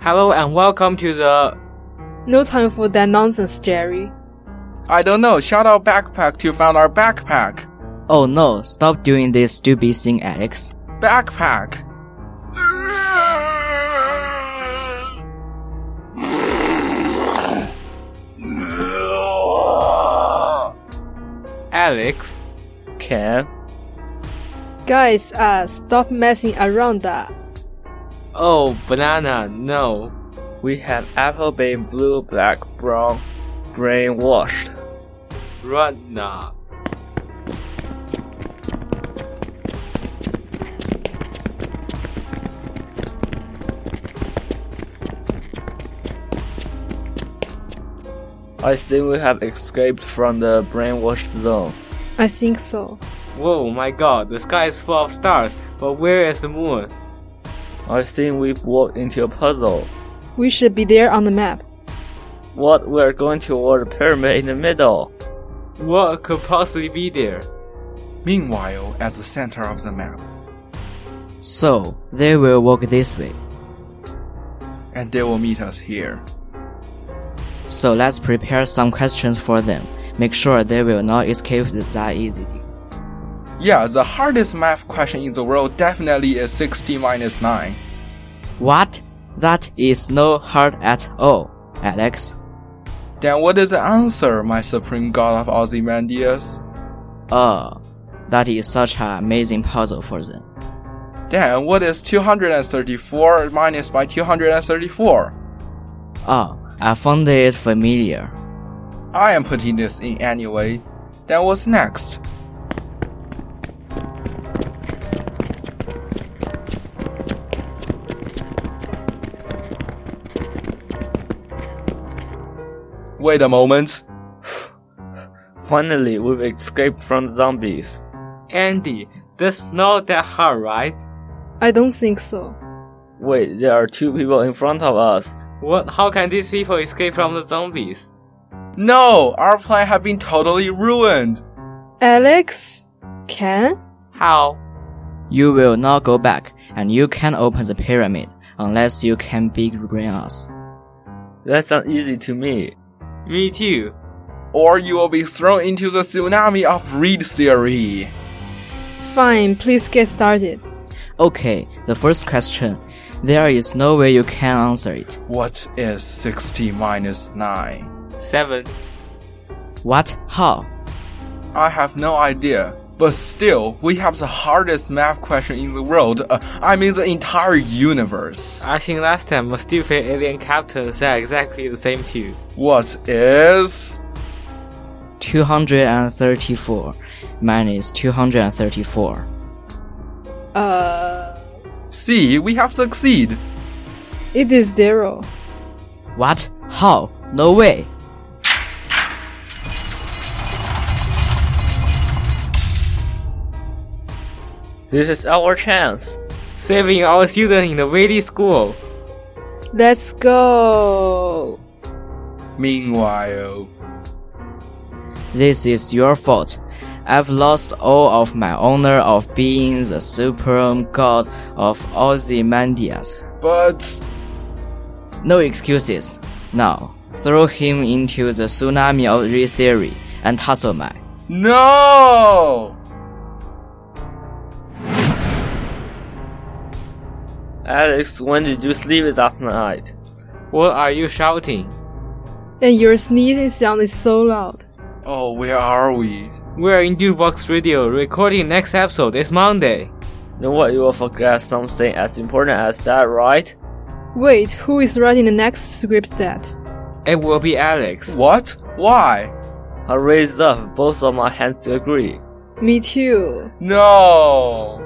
Hello and welcome to the. No time for that nonsense, Jerry. I don't know. Shout out backpack to find our backpack. Oh no, stop doing this stupid thing, Alex. Backpack. Alex. Kev? Guys, uh, stop messing around. Uh. Oh, banana, no. We have apple, bean, blue, black, brown, brainwashed. Run now. I think we have escaped from the brainwashed zone. I think so. Whoa, my god, the sky is full of stars, but where is the moon? I think we've walked into a puzzle. We should be there on the map. What we're going toward a pyramid in the middle. What could possibly be there? Meanwhile, at the center of the map, So, they will walk this way. and they will meet us here. So let's prepare some questions for them. Make sure they will not escape that easily. Yeah, the hardest math question in the world definitely is 60 minus 9. What? That is no hard at all, Alex. Then what is the answer, my supreme god of Ozymandias? Oh, that is such an amazing puzzle for them. Then what is 234 minus by 234? Oh, I found it familiar. I am putting this in anyway. Then what's next? Wait a moment. Finally, we've escaped from zombies. Andy, that's not that hard, right? I don't think so. Wait, there are two people in front of us. What? How can these people escape from the zombies? No, our plan had been totally ruined. Alex? Can? How? You will not go back, and you can open the pyramid unless you can big brain us. That sounds easy to me. Me too. Or you will be thrown into the tsunami of read theory. Fine, please get started. Okay, the first question. There is no way you can answer it. What is 60 minus 9? Seven. What? How? I have no idea. But still, we have the hardest math question in the world. Uh, I mean, the entire universe. I think last time a stupid alien captain said exactly the same too. What is. 234 minus 234. Uh, See, we have succeed. it is zero. What? How? No way! This is our chance. Saving our students in the Valley School. Let's go. Meanwhile, This is your fault. I've lost all of my honor of being the supreme god of Ozymandias. but. No excuses. Now, throw him into the tsunami of re theory and hustle my. No! Alex, when did you sleep last night? What are you shouting? And your sneezing sound is so loud. Oh, where are we? We're in Dukebox Radio. Recording next episode is Monday. Know what you will forget something as important as that, right? Wait, who is writing the next script that? It will be Alex. What? Why? I raised up both of my hands to agree. Me too. No!